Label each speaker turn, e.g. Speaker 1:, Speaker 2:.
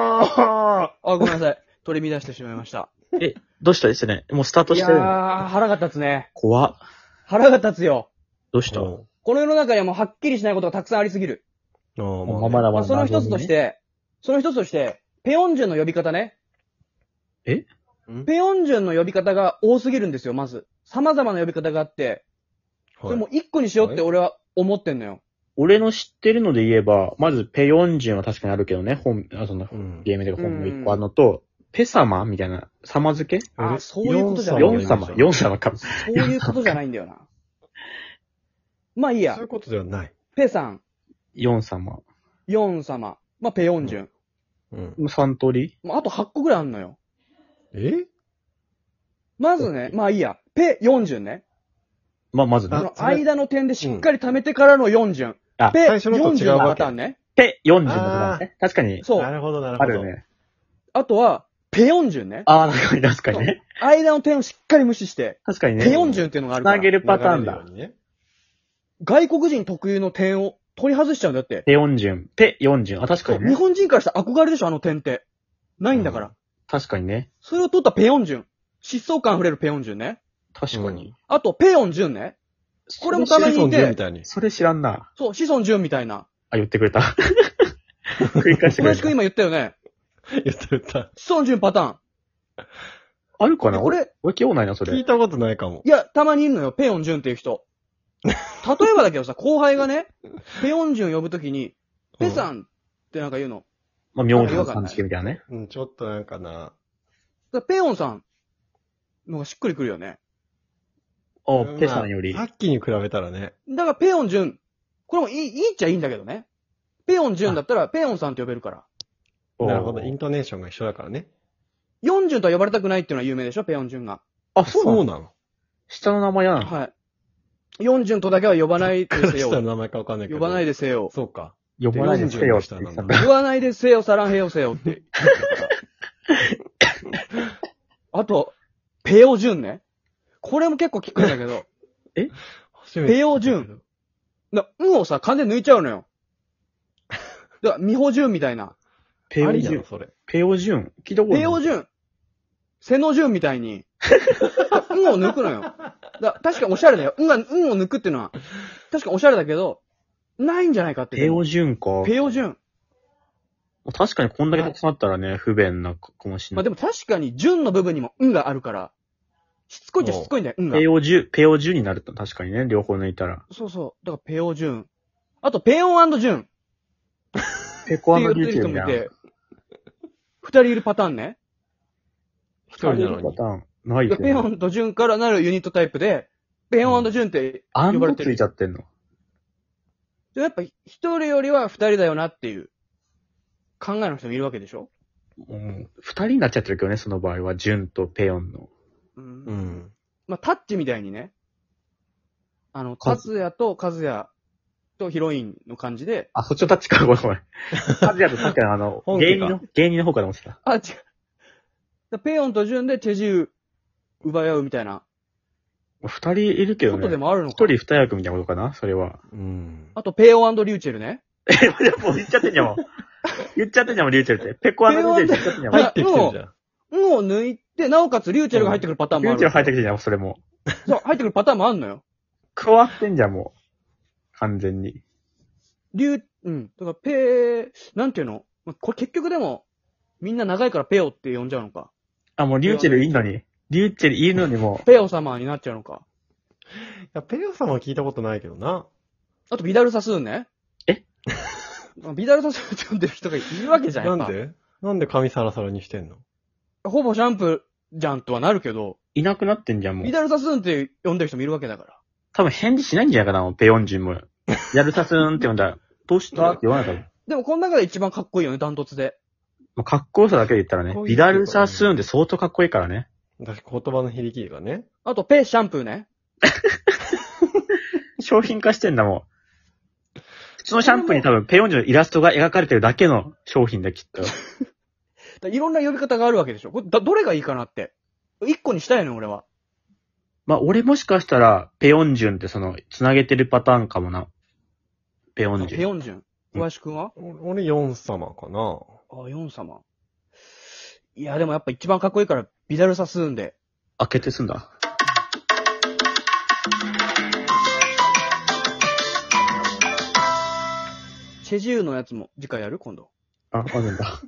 Speaker 1: はあ、あ、ごめんなさい。 取り乱してしまいました。
Speaker 2: どうしたですねもうスタート
Speaker 1: い
Speaker 2: し
Speaker 1: や
Speaker 2: てるの
Speaker 1: ー、腹が立つね。
Speaker 2: 怖っ。
Speaker 1: 腹が立つよ。
Speaker 2: どうした
Speaker 3: うん
Speaker 1: この世の中にはもうはっきりしないことがたくさんありすぎる。
Speaker 3: ああ、まあ、
Speaker 2: まあまだ
Speaker 1: ま
Speaker 2: ま
Speaker 1: あ、
Speaker 2: だ。
Speaker 1: その一つとし。て、その一つとして、ペヨンジュンの呼び方ね。
Speaker 2: え
Speaker 3: ん
Speaker 1: ペヨンジュンの呼び方が多すぎるんですよ、まず。様々な呼び方があって、そ
Speaker 3: は
Speaker 1: れ
Speaker 3: い
Speaker 1: もう一個にしようって俺は思ってんのよ。
Speaker 2: 俺の知ってるので言えば、まずペヨンジュンは確かにあるけどね、本、あその
Speaker 3: うん。
Speaker 2: ゲームで本の一個あるのと、ペ様みたいな、様付け
Speaker 1: あそういうことじゃない
Speaker 2: 四様、四様か。
Speaker 1: そういうことじゃないんだよな。まあいいや
Speaker 3: そうい。うことではない。
Speaker 1: ペさん、
Speaker 2: 四様。
Speaker 1: ヨン様、まあペヨンジュン。
Speaker 3: うん。
Speaker 2: サントリ
Speaker 1: まああと8個ぐらいあんのよ。
Speaker 3: え
Speaker 1: まずね、まあいいや。ペヨンジュンね。
Speaker 2: まあ、まず
Speaker 1: そ
Speaker 2: ね
Speaker 1: の。間の点でしっかり溜めてからの4順。
Speaker 2: あ
Speaker 1: ペ
Speaker 3: 最初のと違う
Speaker 1: 40の
Speaker 3: わ
Speaker 1: パ
Speaker 3: け
Speaker 1: ターンね。
Speaker 2: ペヨンジュンのことだね。確かに、
Speaker 1: そう。
Speaker 3: なるほど、なる
Speaker 2: あ
Speaker 3: ほど。
Speaker 2: るね。
Speaker 1: あとは、ペヨンジュンね。
Speaker 2: ああ、確かに、確かにね。
Speaker 1: 間の点をしっかり無視して、
Speaker 2: 確かにね。
Speaker 1: ペヨンジュンっていうのがあ
Speaker 2: つ
Speaker 1: るか
Speaker 2: なげ
Speaker 1: ら、
Speaker 2: るパターン
Speaker 3: 流れ
Speaker 2: だ
Speaker 3: る。ようにね。
Speaker 1: 外国人特有の点を取り外しちゃうんだって。
Speaker 2: ペヨンジュン。ペヨンジュン。あ、確か
Speaker 1: そう
Speaker 2: に
Speaker 1: 日
Speaker 2: ね。
Speaker 1: 本人からしたら憧れでしょ、あの点って。ないんだから。
Speaker 2: 確かにね。
Speaker 1: それを取ったペヨンジュン。疾走感溢れるペヨンジュンね。
Speaker 2: 確かに。
Speaker 1: あと、ペヨンジュンね。これもた
Speaker 3: シ
Speaker 1: ま
Speaker 3: ソ
Speaker 1: にい
Speaker 3: ンジュンみ
Speaker 1: て、
Speaker 3: たいに。
Speaker 2: それ知らんな。
Speaker 1: そう、子孫ジュンみたいな。
Speaker 2: あ、言ってくれた。 繰り返し
Speaker 1: 小
Speaker 2: てくれ
Speaker 1: 林くん
Speaker 2: た。
Speaker 1: 今言ったよね。
Speaker 3: 言った言った。
Speaker 1: 子孫ジュンパターン。
Speaker 2: あるか
Speaker 1: え
Speaker 2: な
Speaker 1: これ
Speaker 2: 俺、俺興ないな、そ
Speaker 3: 聞い
Speaker 2: れ。
Speaker 3: たことないかも。
Speaker 1: いや、たまにいるのよ、ペヨンジュンっていう人。例えば だけどさ、後輩がね、ペヨンジュン呼ぶときに、ペさんってなんか言うの。
Speaker 2: まあ、妙字の感じみたいなね。
Speaker 3: うん、ちょっとなんかな。
Speaker 1: だからペヨンさんのがしっくりくるよね。
Speaker 2: お
Speaker 3: まあ
Speaker 2: ペさんより
Speaker 3: さ。っきに比べたらね。
Speaker 1: だからペヨンジュン、これもいい、いいっちゃいいんだけどね。ペヨンジュンだったら、ペヨンさんって呼べるから。
Speaker 2: お
Speaker 3: なるほど。イントネーションが一緒だからね。
Speaker 1: ヨンジュンとは呼ばれたくないっていうのは有名でしょ、ペヨンジュンが。
Speaker 2: あ、そうな
Speaker 3: そう
Speaker 2: の
Speaker 3: なの。
Speaker 2: 下の名前やなの。
Speaker 1: はい。ヨンジュンとだけは呼ばないで
Speaker 3: クラ
Speaker 1: せ
Speaker 3: スタの
Speaker 1: よ。
Speaker 3: 名前かわかんないけ
Speaker 1: 呼
Speaker 3: ど。
Speaker 1: ばない
Speaker 3: で。
Speaker 1: でせよ。
Speaker 3: そうか。
Speaker 2: 呼ばないでくれよって言ってたんだ。
Speaker 1: 言わないでせよ、さらんへよせよって。あと、ペヨジュンね。これも結構聞くんだけど、
Speaker 3: 初めて聞いたけど
Speaker 1: ペヨジュン。な、うんをさ、完全に抜いちゃうのよ。だから、ミホジュンみたいな。
Speaker 2: ペヨ
Speaker 3: あり
Speaker 2: ジ
Speaker 3: だ
Speaker 2: ュン
Speaker 3: な、。それ。
Speaker 2: ペヨジュン。聞いたこと
Speaker 1: ペ
Speaker 2: な
Speaker 1: ヨ
Speaker 2: い。
Speaker 1: ジュン。セノジュンみたいに。うんを抜くのよ。だ確かにおしゃれだよ。うんが、うんを抜くっていうのは、確かにおしゃれだけど、ないんじゃないかって。
Speaker 2: ペヨジュンか。
Speaker 1: ペヨジュン。
Speaker 2: 確かにこんだけたくさんあったらね、不便なかもしれ
Speaker 1: まあ
Speaker 2: な
Speaker 1: で
Speaker 2: い。
Speaker 1: も確かに、ジュンの部分にもうんがあるから、しつこいっちゃしつこいんだよ、うんが
Speaker 2: ペ。ヨジュ、ペヨジュになると確かにね、両方抜いたら。
Speaker 1: そうそう。だから、ペヨジュン。あと、ペヨンジュンって
Speaker 2: ペコア
Speaker 1: 言
Speaker 2: の
Speaker 1: って
Speaker 2: リュウ
Speaker 1: る
Speaker 2: チ
Speaker 1: 人
Speaker 2: ュ
Speaker 1: も
Speaker 2: み
Speaker 1: い
Speaker 2: たいな。
Speaker 1: て、二人いるパターンね。
Speaker 3: 一
Speaker 2: そ
Speaker 3: 人
Speaker 2: うい
Speaker 3: なの
Speaker 2: うパ
Speaker 3: に
Speaker 2: タ。ーン。ない
Speaker 1: で
Speaker 2: よ
Speaker 1: ペヨ
Speaker 2: ね。
Speaker 1: ンとジュンからなるユニットタイプで、ペヨンジュンって
Speaker 2: あ
Speaker 1: 呼
Speaker 2: ん
Speaker 1: ばれ
Speaker 2: の
Speaker 1: て
Speaker 2: つ
Speaker 1: る。
Speaker 2: いちゃってんの。
Speaker 1: でやっぱ、一人よりは二人だよなっていう考えの人もいるわけでしょ
Speaker 2: うん二人になっちゃってるけどね、その場合は。ジュンとペヨンの。
Speaker 1: う。
Speaker 3: うんん。
Speaker 1: まあ、タッチみたいにね、あの、カ
Speaker 2: か
Speaker 1: ズヤとカズヤとヒロインの感じで、
Speaker 2: あ、そっちのタッチか、ごめんごめん。カズヤとさっきのあの、
Speaker 3: 本
Speaker 2: 芸
Speaker 3: 家
Speaker 2: 人
Speaker 3: か
Speaker 2: の、芸人の方から思ってた。
Speaker 1: あ、違う。だペヨンとジュンでチェジウ奪い合うみたいな
Speaker 2: 二人いるけど
Speaker 1: ことで
Speaker 2: ね。
Speaker 1: もあるの
Speaker 2: 一
Speaker 1: か。
Speaker 2: 人二役みたいなことかなそれは。
Speaker 3: うん。
Speaker 1: あと、ペヨンリューチェルね。
Speaker 2: え、もう言っちゃってんじゃん、もう。言っちゃってんじゃん、もう、リュウチェルって。ペコアナリュウチェル言っちゃってんじゃん、も
Speaker 3: 入
Speaker 2: う。
Speaker 3: ってきてるじゃん。
Speaker 1: うんを抜いて、なおかつリューチェルが入ってくるパターン
Speaker 2: リ
Speaker 1: もあ
Speaker 2: ュ
Speaker 1: る。
Speaker 2: ウチェル入ってきてんじゃん、もうそれも。
Speaker 1: そう、入ってくるパターンもあるのよ。
Speaker 2: 加わってんじゃん、もう。完全に。
Speaker 1: リュウ、うん。だから、ペー、なんていうのまこれ結局でも、みんな長いからペヨって呼んじゃうのか。
Speaker 2: あ、もうリュウチェルいいのに。リュウチェルいるのにもう。
Speaker 1: ペヨ様になっちゃうのか。
Speaker 3: いや、ペヨさんは聞いたことないけどな。
Speaker 1: あと、ビダルサスーンね。
Speaker 2: え
Speaker 1: ビダルサスーンって呼んでる人がいるわけじゃん。や
Speaker 3: な
Speaker 1: っぱ
Speaker 3: んでなんで髪サラサラにしてんの
Speaker 1: ほぼシャンプーじゃんとはなるけど、
Speaker 2: いなくなってんじゃん、もう
Speaker 1: ビ。ダルサスーンって呼んでる人もいるわけだから。
Speaker 2: 多分返事しないんじゃないかな、もうペヨンジュンも。やるさすんって呼んだら。どうしたって言わない多分。
Speaker 1: でも、この中で一番かっこいいよね、ダントツで。
Speaker 2: もうかっこよさだけで言ったら
Speaker 3: かっ
Speaker 2: ね、
Speaker 3: こいい
Speaker 2: ビ
Speaker 3: けど
Speaker 2: ダルサスーンって相当かっこいいからね。
Speaker 3: 私、言葉の響きがね。
Speaker 1: あと、ペシャンプーね。
Speaker 2: 商品化してんだもん。普通のシャンプーに多分ペヨンジュのイラストが描かれてるだけの商品だ、きっと。
Speaker 1: だからいろんな呼び方があるわけでしょ。これだどれがいいかなって。一個にしたいのよ、俺は。
Speaker 2: まあ、俺もしかしたら、ペヨンジュンってその、つなげてるパターンかもな。ペヨン
Speaker 1: ペ
Speaker 2: ジュン。
Speaker 1: ヨンジュン。小林くんは、
Speaker 3: お俺、ヨン様かな。
Speaker 1: あ、ヨン様。いや、でもやっぱ一番かっこいいから、ビダルサスーンで。
Speaker 2: あ、決定すんだ。
Speaker 1: チェジューのやつも次回やる今度。
Speaker 2: あ、あるんだ。